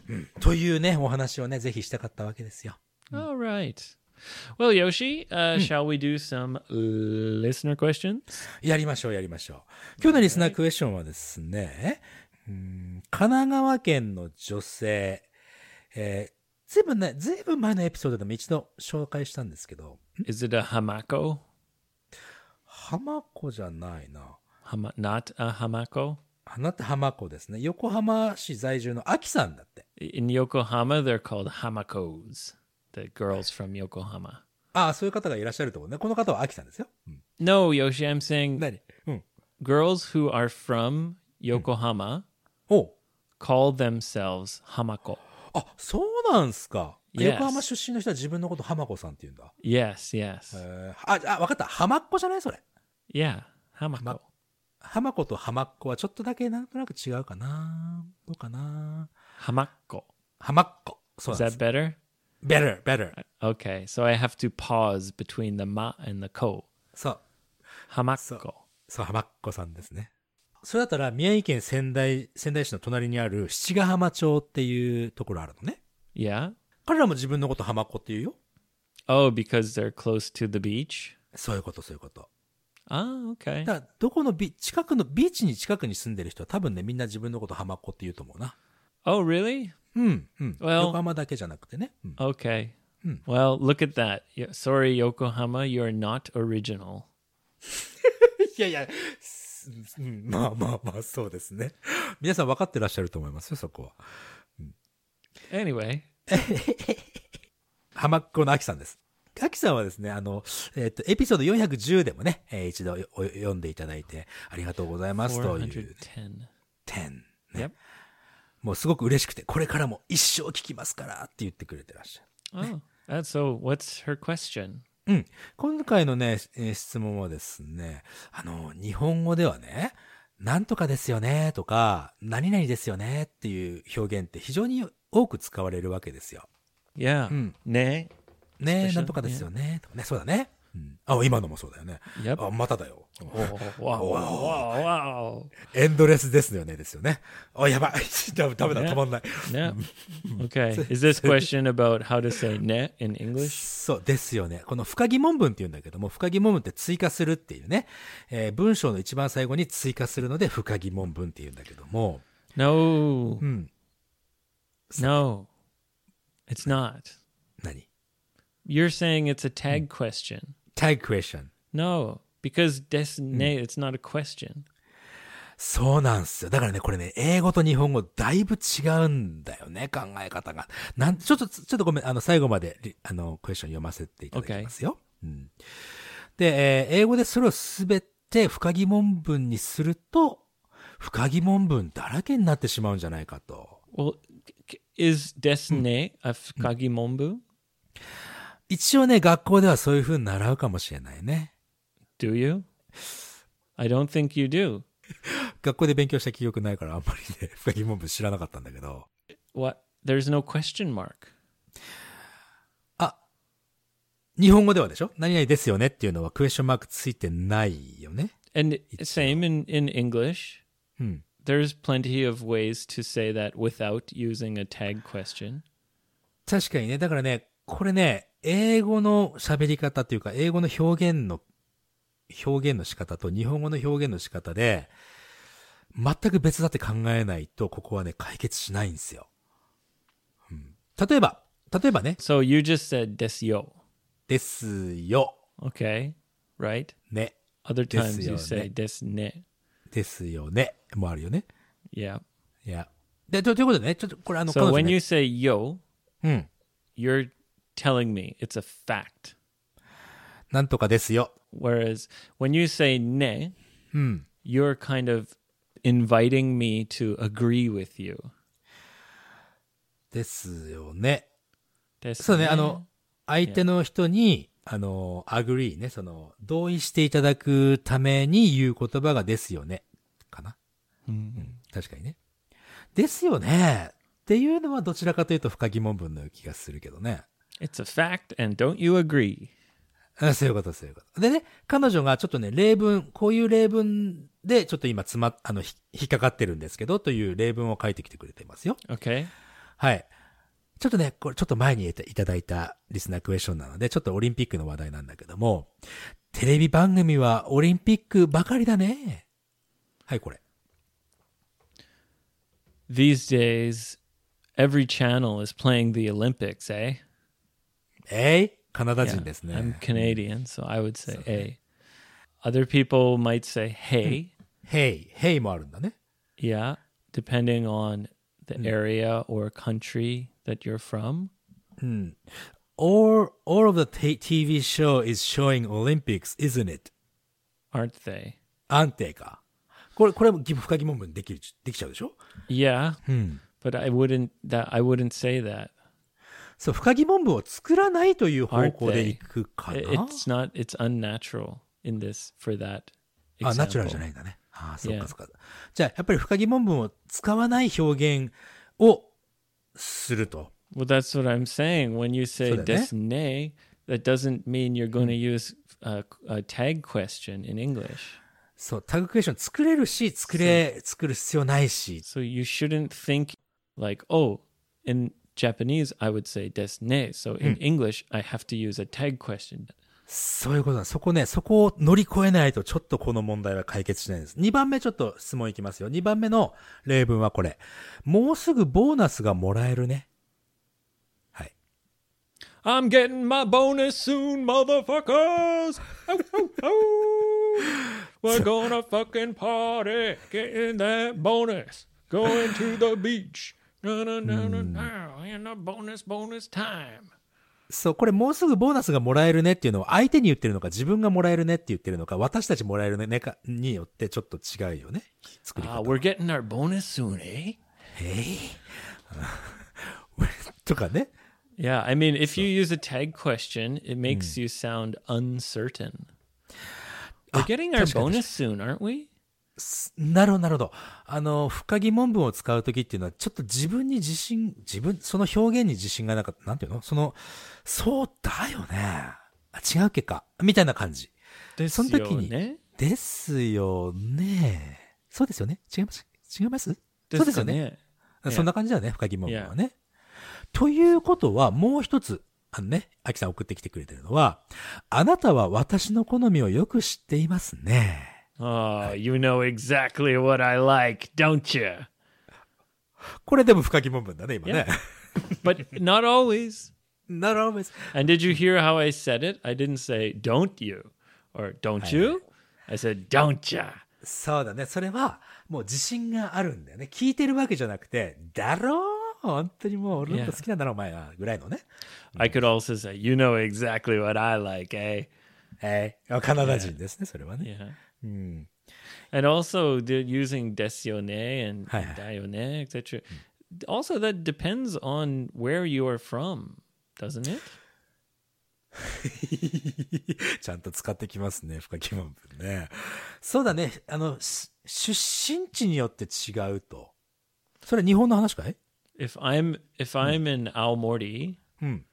Speaker 1: う、うんというね、お話をね、ぜひしたかったわけですよ。
Speaker 2: All right. Well, Yoshi, uh, shall we do some listener questions?
Speaker 1: やりましょう、やりましょう。今日のリスナークエスチョンはですね、うん神奈川県の女性、えー、ずいぶんね、ずいぶん前のエピソードでも一度紹介したんですけど、
Speaker 2: Is it a hamako?
Speaker 1: 浜子じゃないな。
Speaker 2: Hama- not a hamako?
Speaker 1: あなた浜子ですね。横浜市在住の秋さんだって。
Speaker 2: In Yokohama, they're called hamakos, the girls from Yokohama.
Speaker 1: ああ、そういう方がいらっしゃると思うね。この方は秋さんですよ。うん、
Speaker 2: No, Yoshi, I'm saying
Speaker 1: 何うん。
Speaker 2: girls who are from Yokohama
Speaker 1: おう
Speaker 2: call themselves hamako.
Speaker 1: あ、そうなんすか。
Speaker 2: Yes.
Speaker 1: 横浜出身の人は自分のこと浜子さんって言うんだ。
Speaker 2: Yes, yes.
Speaker 1: えーあ、あ、わかった。浜っ子じゃないそれ。
Speaker 2: yeah, hamako.
Speaker 1: 浜子と浜っ子はちょっとだけなんとなく違うかな。どうかな。
Speaker 2: Hamako.
Speaker 1: 浜っ子。そう
Speaker 2: Is
Speaker 1: なんで
Speaker 2: that
Speaker 1: す。better,
Speaker 2: better?
Speaker 1: better.
Speaker 2: Okay, so I have to pause between the ma and the ko.
Speaker 1: そう。
Speaker 2: Hamako.
Speaker 1: そう、浜っ子さんですね。それだったら、宮城県仙台、仙台市の隣にある七ヶ浜町っていうところあるのね。
Speaker 2: Yeah.
Speaker 1: 彼らも自分のこと浜っ子って言うよ。
Speaker 2: Oh, because they're close to the beach.
Speaker 1: そういうこと、そういうこと。
Speaker 2: Ah, okay.
Speaker 1: だから、どこのビ、近くの、ビーチに近くに住んでる人は多分ね、みんな自分のこと浜っ子って言うと思うな。
Speaker 2: Oh, really?
Speaker 1: うん、うん。
Speaker 2: Well-
Speaker 1: 横浜だけじゃなくてね。うん
Speaker 2: Okay. Well, look at that. Yo- Sorry, Yokohama, you're not original.
Speaker 1: いやいや、す [LAUGHS] うんまあまあまあ、そうですね。皆さん分かってらっしゃると思いますよ、そこは。
Speaker 2: Anyway,
Speaker 1: 浜っ子の秋さんです。秋さんはですね、あの、えっ、と、エピソード410でもね、えー一度おお読んでいただいて、ありがとうございますという
Speaker 2: 410.
Speaker 1: 点。
Speaker 2: Yep.
Speaker 1: もうすごく嬉しくて、これからも一生聞きますからって言ってくれてらっしゃる。
Speaker 2: Oh, that's so. What's her question?
Speaker 1: うん。今回のね、えー質問はですね、あの、日本語ではね、なんとかですよねとか、何々ですよねっていう表現って非常に多く使われるわけですよ。
Speaker 2: Yeah. Ne.
Speaker 1: ね
Speaker 2: で
Speaker 1: え、
Speaker 2: しょ
Speaker 1: なんとかですよねとかね、そうだね。うん、あ、今のもそうだよね。
Speaker 2: Yep.
Speaker 1: あ、まただよ。うん
Speaker 2: Oh, wow, wow, wow, wow.
Speaker 1: エンドレスですよね、ですよね。あ、やばい。 [LAUGHS] ダメダメだ、
Speaker 2: ね
Speaker 1: 止まんない。
Speaker 2: [LAUGHS] Yeah. Okay. Is this question about how to say ne in English?
Speaker 1: そう、ですよね。この不可疑問文って言うんだけども、不可疑問文って追加するっていうね。えー文章の一番最後に追加するので、不可疑問文って言うんだけども。
Speaker 2: No.
Speaker 1: うん。
Speaker 2: No. It's not.
Speaker 1: 何
Speaker 2: You're saying it's a tag question.
Speaker 1: ?tag question。
Speaker 2: No, because des ne, it's not a question.
Speaker 1: そうなんすよ。だからね、これね、英語と日本語だいぶ違うんだよね、考え方が。なん、ちょっと、ちょっとごめん、あの、最後までリ、あの、クエスチョン読ませていただきますよ。うん、で、えー英語でそれをすべて不可疑問文にすると、不可疑問文だらけになってしまうんじゃないかと。
Speaker 2: Well, c- c- is des ne a fukagi monbu?
Speaker 1: 一応ね、学校ではそういう風に習うかもしれないね。
Speaker 2: Do you? I don't think you do.
Speaker 1: 学校で勉強した記憶ないから、あんまりね、 [LAUGHS] 不可疑問文知らなかったんだけど。
Speaker 2: What? There's no question mark.
Speaker 1: 日本語ではでしょ何々ですよねっていうのはクエスチョンマークついてないよね。
Speaker 2: And same in, in English.
Speaker 1: うん。
Speaker 2: There's plenty of ways to say that without using a tag question.
Speaker 1: 確かにね。だからね、これね、英語の喋り方というか、英語の表現の、表現の仕方と日本語の表現の仕方で、全く別だって考えないと、ここはね、解決しないんですよ。うん、例えば、例えばね、
Speaker 2: So you just said des yo.
Speaker 1: ですよ、
Speaker 2: Okay. Right?
Speaker 1: ね、
Speaker 2: Other
Speaker 1: Des
Speaker 2: times you
Speaker 1: yo
Speaker 2: say
Speaker 1: ne.
Speaker 2: des ne.
Speaker 1: ですよね、もあるよね。
Speaker 2: Yeah.
Speaker 1: いや。で、とということでね、ちょっと、これあの、
Speaker 2: So
Speaker 1: 彼女
Speaker 2: when
Speaker 1: ね
Speaker 2: you say yo,
Speaker 1: うん、
Speaker 2: you're telling me it's a fact.
Speaker 1: なんとかですよ。
Speaker 2: Whereas when you say ne,
Speaker 1: うん。
Speaker 2: you're kind of inviting me to agree with you.
Speaker 1: ですよね。
Speaker 2: Des
Speaker 1: そうね、
Speaker 2: ne.
Speaker 1: あの、相手の人に、あの、アグリーね、その、同意していただくために言う言葉がですよね、かな。うん確かにね。ですよね、っていうのはどちらかというと不可疑問文のような気がするけどね。
Speaker 2: It's a fact, and don't you agree?
Speaker 1: あそういうこと、そういうこと。でね、彼女がちょっとね、例文、こういう例文で、ちょっと今、つま、あの、ひ引っかかってるんですけど、という例文を書いてきてくれてますよ。
Speaker 2: Okay.
Speaker 1: はい。ちょっとね、これちょっと前にいたいただいたリスナークエスチョンなので、ちょっとオリンピックの話題なんだけども、テレビ番組はオリンピックばかりだね。はい、これ。
Speaker 2: These days, every channel is playing the Olympics, eh?
Speaker 1: えいカナダ人です
Speaker 2: I'm
Speaker 1: ね。
Speaker 2: Canadian, so I would say eh. Other people might say hey.
Speaker 1: ヘイ、ヘイもあるんだね。
Speaker 2: Yeah, depending on the area or country that you're from.
Speaker 1: All, all of the t- TV show is showing Olympics, isn't it?
Speaker 2: aren't they?
Speaker 1: 安定か。これ、これも疑深疑問文できる、できちゃうでしょ
Speaker 2: Yeah, but I wouldn't that I wouldn't say that.
Speaker 1: そう、深疑問文を作らないという方向でいくか
Speaker 2: I-
Speaker 1: な
Speaker 2: It's not. It's unnatural in this for that.
Speaker 1: あ、
Speaker 2: Example.
Speaker 1: ナチュラルじゃないんだね。ああ、そっ
Speaker 2: Yeah.
Speaker 1: かそっか。じゃあ、やっぱり深疑問文を使わない表現をすると。
Speaker 2: Well, that's what I'm saying. When you say
Speaker 1: So that-
Speaker 2: des ne, that doesn't mean you're going to use a, a tag question in English.
Speaker 1: そう、タグクエスチョン作れるし、作れ、作る必要ないし。
Speaker 2: So you shouldn't think like, oh, in Japanese I would say des ne. So in English I have to use a tag question.
Speaker 1: そういうことだ。そこね、そこを乗り越えないと、ちょっとこの問題は解決しないです。2番目ちょっと質問いきますよ。2番目の例文はこれ。もうすぐボーナスがもらえるね。はい。
Speaker 2: I'm getting my bonus soon, motherfuckers. Ow, ow, ow.
Speaker 1: [LAUGHS]
Speaker 2: We're gonna fucking party, getting that bonus, going to the beach. No, no, no,
Speaker 1: Hmm.
Speaker 2: no, no, and a bonus, bonus time.
Speaker 1: そう、これもうすぐボーナスがもらえるねっていうのを相手に言ってるのか、自分がもらえるねって言ってるのか、私たちもらえるねかによってちょっと違うよね。作り
Speaker 2: Ah,
Speaker 1: 方。
Speaker 2: we're getting our bonus soon, eh?
Speaker 1: とかね。
Speaker 2: Yeah, I mean, if you use a tag question, it makes
Speaker 1: Hmm.
Speaker 2: you sound uncertain. We're getting
Speaker 1: Ah,
Speaker 2: our
Speaker 1: that's good.
Speaker 2: bonus soon, aren't we?
Speaker 1: なるほど、なるほど。あの、深疑問文を使うときっていうのは、ちょっと自分に自信、自分、その表現に自信がなかった、なんていうのその、そうだよね。あ、違うっけか。みたいな感じ。その時に、
Speaker 2: ですよね。
Speaker 1: ですよね。そうですよね。違います違いますそうですよね。
Speaker 2: ですかね。Yeah.
Speaker 1: そんな感じだよね、深疑問文はね。ということは、もう一つ、あのね、アキさん送ってきてくれてるのは、あなたは私の好みをよく知っていますね。
Speaker 2: Oh, you know exactly what I like, don't you?
Speaker 1: これでも深疑問文だね、今ね。
Speaker 2: But not always.
Speaker 1: なるほどです。
Speaker 2: And did you hear how I said it? I didn't say don't you or don't you. I said don't ya.
Speaker 1: そうだね。それは、もう自信があるんだよね。聞いてるわけじゃなくて、だろう本当にもう俺のこと好きなんだろ、お前は。ぐらいのね。
Speaker 2: I could also say you know exactly what I like, eh?
Speaker 1: えー、カナダ人ですね、それはね。
Speaker 2: Yeah.
Speaker 1: うん。
Speaker 2: Hmm. And also they're using desione [LAUGHS] and
Speaker 1: Hi, hi.
Speaker 2: dione, etc. Also that depends on where you are from, doesn't it?
Speaker 1: [LAUGHS] ちゃんと使ってきますね、深疑問文ね。そうだね、あの、し出身地によって違うと。それ日本の話かい
Speaker 2: If I'm if I'm in Aomori,
Speaker 1: うん。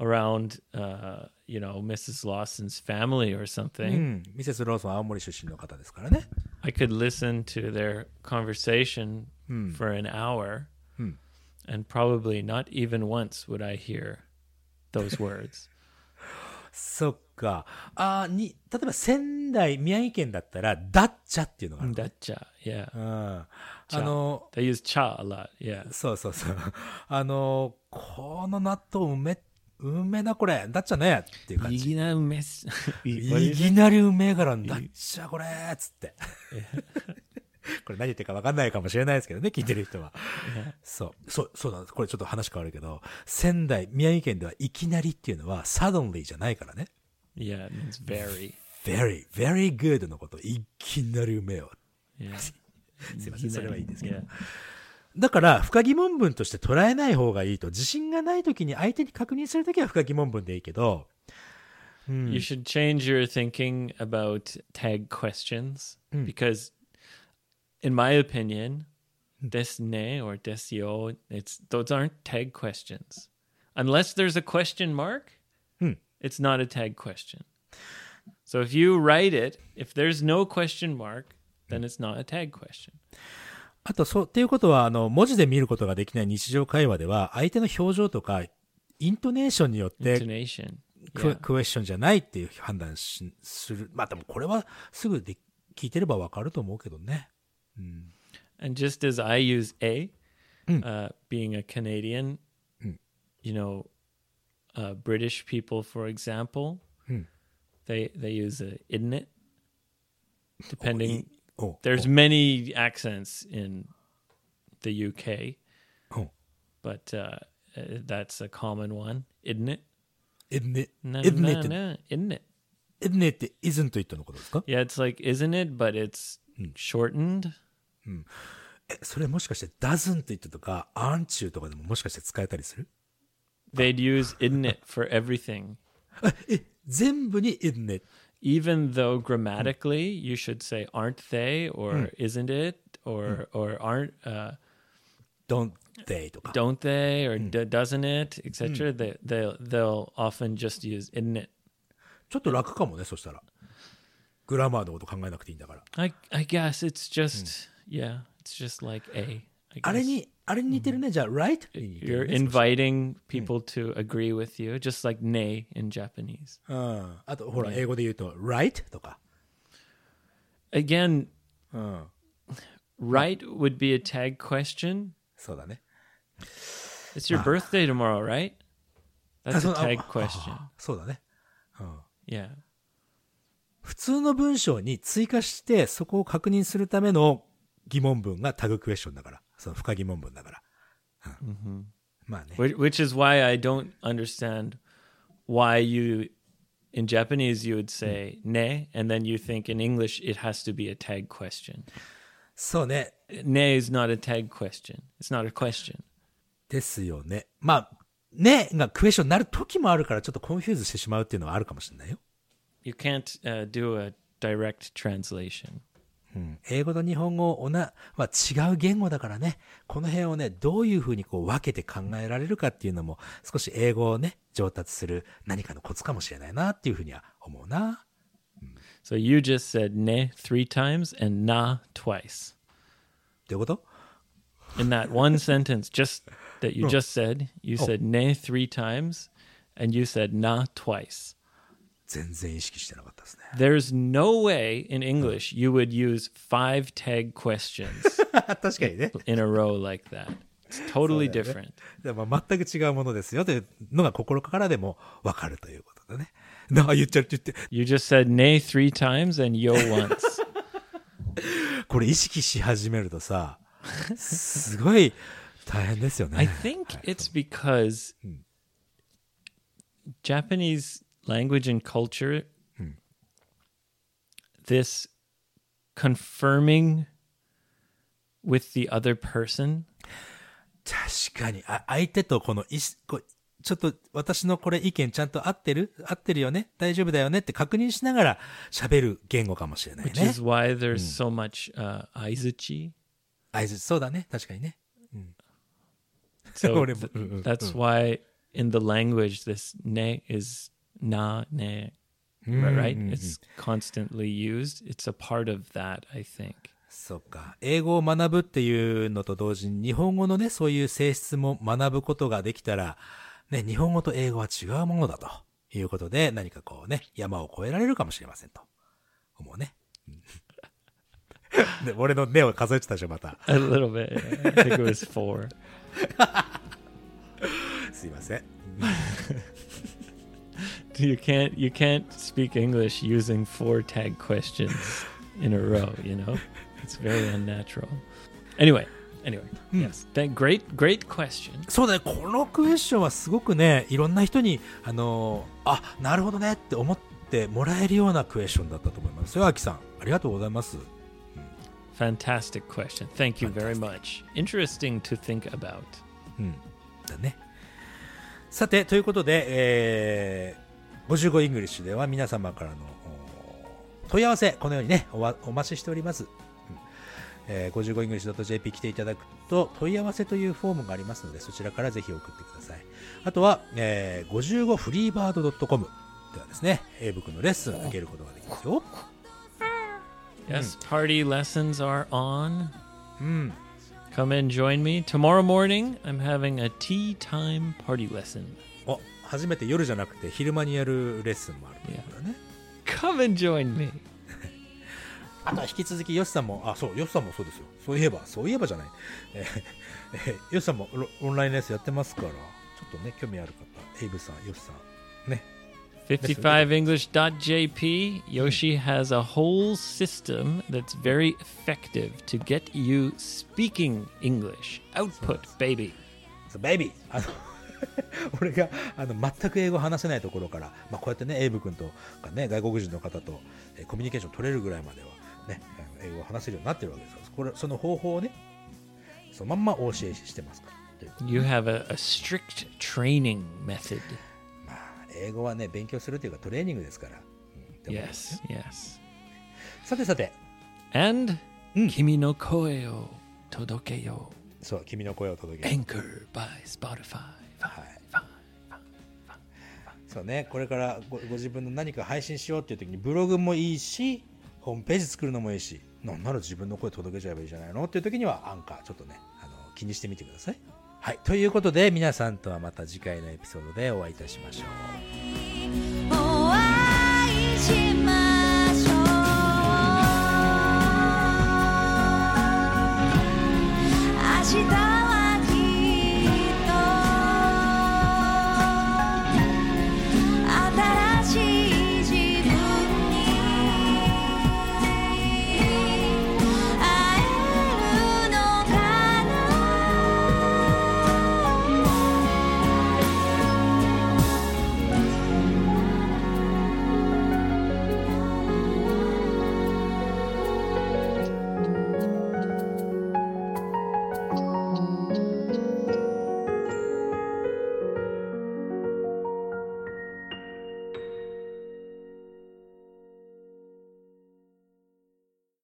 Speaker 2: around uh, you know Mrs. Lawson's family or
Speaker 1: う
Speaker 2: something,
Speaker 1: ん。ミセス・ローソン、青森出身の方ですからね。
Speaker 2: I could listen to their conversation for an hour, and probably not even once would I hear those [LAUGHS] words.
Speaker 1: そっか。あーに、例えば仙台、宮城県だったら、だっちゃっていうのがある。
Speaker 2: Dacha, yeah.
Speaker 1: うん。あの、
Speaker 2: They use cha a lot, yeah.
Speaker 1: そうそうそう。あの、この納豆うめ、うめえなこれ、だっちゃねっていう感じ。
Speaker 2: Yiginames- [LAUGHS] What
Speaker 1: い
Speaker 2: is it?
Speaker 1: きなりうめえから、だっちゃこれっつって。 [LAUGHS] これ何言ってるか分かんないかもしれないですけどね、聞いてる人は。そう、そう、そうなんです。これちょっと話変わるけど、仙台、宮城県ではいきなりっていうのは、suddenly じゃないからね。
Speaker 2: yeah, it means very.
Speaker 1: very, very good のこと、いきなりうめえよ。
Speaker 2: Yeah.
Speaker 1: すいません、それはいいんですけど。
Speaker 2: Yeah.
Speaker 1: だから、不可疑問文として捉えない方がいいと、自信がない時に相手に確認するときは不可疑問文でいいけど、
Speaker 2: You should change your thinking about tag questions because, in my opinion, des ne or des yo, it's those aren't tag questions. Unless there's a question mark, it's not a tag question. So if you write it, if there's no question mark, then it's not a tag question.
Speaker 1: あと、そう、っていうことは、あの、文字で見ることができない日常会話では、相手の表情とか、イントネーションによって、
Speaker 2: Intonation.
Speaker 1: ク
Speaker 2: Yeah.
Speaker 1: クエスチョンじゃないっていう判断しする。まあ、でもこれはすぐで聞いてればわかると思うけどね。うん。
Speaker 2: And just as I use a,
Speaker 1: Mm.
Speaker 2: uh, being a Canadian,
Speaker 1: Mm.
Speaker 2: you know, uh, British people, for example,
Speaker 1: Mm.
Speaker 2: they they use a isn't it,
Speaker 1: Oh, e-
Speaker 2: depending.
Speaker 1: おう
Speaker 2: There's many accents in the UK,
Speaker 1: おう
Speaker 2: but uh, uh, that's a common one, isn't it?
Speaker 1: えね、
Speaker 2: No,
Speaker 1: えね
Speaker 2: no,
Speaker 1: って、
Speaker 2: no, isn't it?
Speaker 1: えねって、イズンと言ったのことですか
Speaker 2: Yeah, it's like isn't it, but it's shortened.
Speaker 1: え、それもしかして、ダズンと言ったとか、アンチューとかでももしかして使えたりする
Speaker 2: They'd use isn't it for everything.
Speaker 1: え、全部にえね。
Speaker 2: even though grammatically you should say aren't they or isn't it or or aren't uh,
Speaker 1: don't they とか。
Speaker 2: don't they or d- doesn't it etc they they'll, they'll often just use isn't it
Speaker 1: ちょっと楽かもね、そしたら。グラマーのこと考えなくていいんだから。
Speaker 2: i i guess it's just yeah it's just like a Hmm. I
Speaker 1: あれ
Speaker 2: guess.
Speaker 1: に、あれに似てるね。じゃあ、right に似て
Speaker 2: you're
Speaker 1: るね。
Speaker 2: inviting people to agree with you just like nay in japanese
Speaker 1: うん。あと、ほら、英語で言うと、right とか。
Speaker 2: again
Speaker 1: うん。
Speaker 2: Oh. right would be a tag question
Speaker 1: そうだね。
Speaker 2: it's your birthday tomorrow right Ah. that's a
Speaker 1: あそうあ
Speaker 2: tag [SIGHS] question
Speaker 1: そうだね。
Speaker 2: yeah
Speaker 1: 普通の文章に追加して、そこを確認するための疑問文がタグクエスチョンだから。その不可疑問文だから。うん。まあね。
Speaker 2: Which, which is why I don't understand why you, in Japanese, you would say ne, and then you think in English it has to be a tag question.
Speaker 1: そうね。
Speaker 2: Ne is not a tag question. It's not a question.
Speaker 1: ですよね。まあ、ねがクエスチョンになる時もあるから、ちょっとコンフューズしてしまうっていうのはあるかもしれないよ。
Speaker 2: You can't uh, do a direct translation.
Speaker 1: 英語と日本語をな、まあ、違う言語だからね、この辺をね、どういうふうにこう分けて考えられるかっていうのも、少し英語をね、上達する何かのコツかもしれないなっていうふうには思うな。
Speaker 2: So you just said ne three times and na twice.
Speaker 1: どういうこと
Speaker 2: In that one [LAUGHS] sentence, just that you just said, you said ne three times and you said na twice.
Speaker 1: 全然意識してなかったですね。
Speaker 2: There's no way in English you would use five tag [LAUGHS] questions
Speaker 1: 確かにね。
Speaker 2: in a row like that. It's totally different.
Speaker 1: でも全く違うものですよというのが心からでも分かるということだね。なあ、言っちゃうって言って、
Speaker 2: You just said nay three times and [LAUGHS] yo once.
Speaker 1: これ意識し始めるとさ、すごい大変ですよ
Speaker 2: I Hmm.
Speaker 1: ね。
Speaker 2: think it's because Japanese language and culture, this confirming with the other person
Speaker 1: 確かに、あ相手とこの意識、こうちょっと私のこれ意見ちゃんと合ってる合ってるよね大丈夫だよねって確認しながら喋る言語かもしれない
Speaker 2: which
Speaker 1: ね
Speaker 2: is。why there's so much uh, aizuchi.
Speaker 1: あいそうだね。確かにね。
Speaker 2: So
Speaker 1: Whatever.
Speaker 2: th- that's why in the language this ne is na ne, ri- right? It's constantly used. It's a part of that, I think.
Speaker 1: そうか。英語を学ぶっていうのと同時に日本語のね、そういう性質も学ぶことができたら、ね、日本語と英語は違うものだということで、何かこうね、山を越えられるかもしれませんと。思うね。うん [LAUGHS] で俺の目を数えてたでしょ、また。
Speaker 2: A little bit. yeah. I think it was four.
Speaker 1: すいません。
Speaker 2: You can't you can't speak English using four tag questions in a row. You know, it's very unnatural. Anyway, anyway, yes. Thank, great great question.
Speaker 1: そうだね、このクエスチョンはすごくね、いろんな人に、あのーあ、なるほどねって思ってもらえるようなクエスチョンだったと思いますよ、アキさん。ありがとうございます。
Speaker 2: Fantastic question. Thank you very much. Interesting to think about.
Speaker 1: だね。さて、ということで、えー、55イングリッシュでは皆様からのお問い合わせ、このようにね、おわお待ちしております。うんえー、55イングリッシュ .jp 来ていただくと問い合わせというフォームがありますのでそちらからぜひ送ってくださいあとは、えー、55フリーバード .com ではですね英文のレッスンを受けることができますよ
Speaker 2: Yes, party lessons are on.
Speaker 1: うん。
Speaker 2: Come and join me. Tomorrow morning, I'm having a tea time party lesson.
Speaker 1: お、初めて夜じゃなくて昼間にやるレッスンもあるということだね。
Speaker 2: Come and join me.
Speaker 1: あとは引き続き、ヨシさんも、あ、そう、ヨシさんもそうですよ。そういえば、そういえばじゃない。えー、えーヨシさんもロオンラインレッスンやってますから、ちょっとね、興味ある方、エイブさん、ヨシさん、ね。
Speaker 2: 55english.jp Yoshi has a whole system that's very effective to get you speaking English. Output, baby.
Speaker 1: So, baby! あの [LAUGHS] 俺があの全く英語話せないところから、まあ、こうやってね、エイブ君とかね、外国人の方と、えーコミュニケーション取れるぐらいまでは、ね、あの英語を話せるようになってるわけですから、これその方法をね、そのまんまお教えしてますから。ということ
Speaker 2: You have a, a strict training method.
Speaker 1: まあ、英語はね、勉強するというかトレーニングですから。うんでも
Speaker 2: Yes, yes.
Speaker 1: さてさて、
Speaker 2: And Kimi no Koe o Todoke yo
Speaker 1: そう、君の声を届ける。
Speaker 2: Anchor by Spotify.
Speaker 1: そうね、これからごご自分の何か配信しようっていう時にブログもいいし、ホームページ作るのもいいし、なんなら自分の声届けちゃえばいいじゃないのっていう時にはアンカーちょっとね、あの気にしてみてください。はい、ということで皆さんとはまた次回のエピソードでお会いいたしましょう。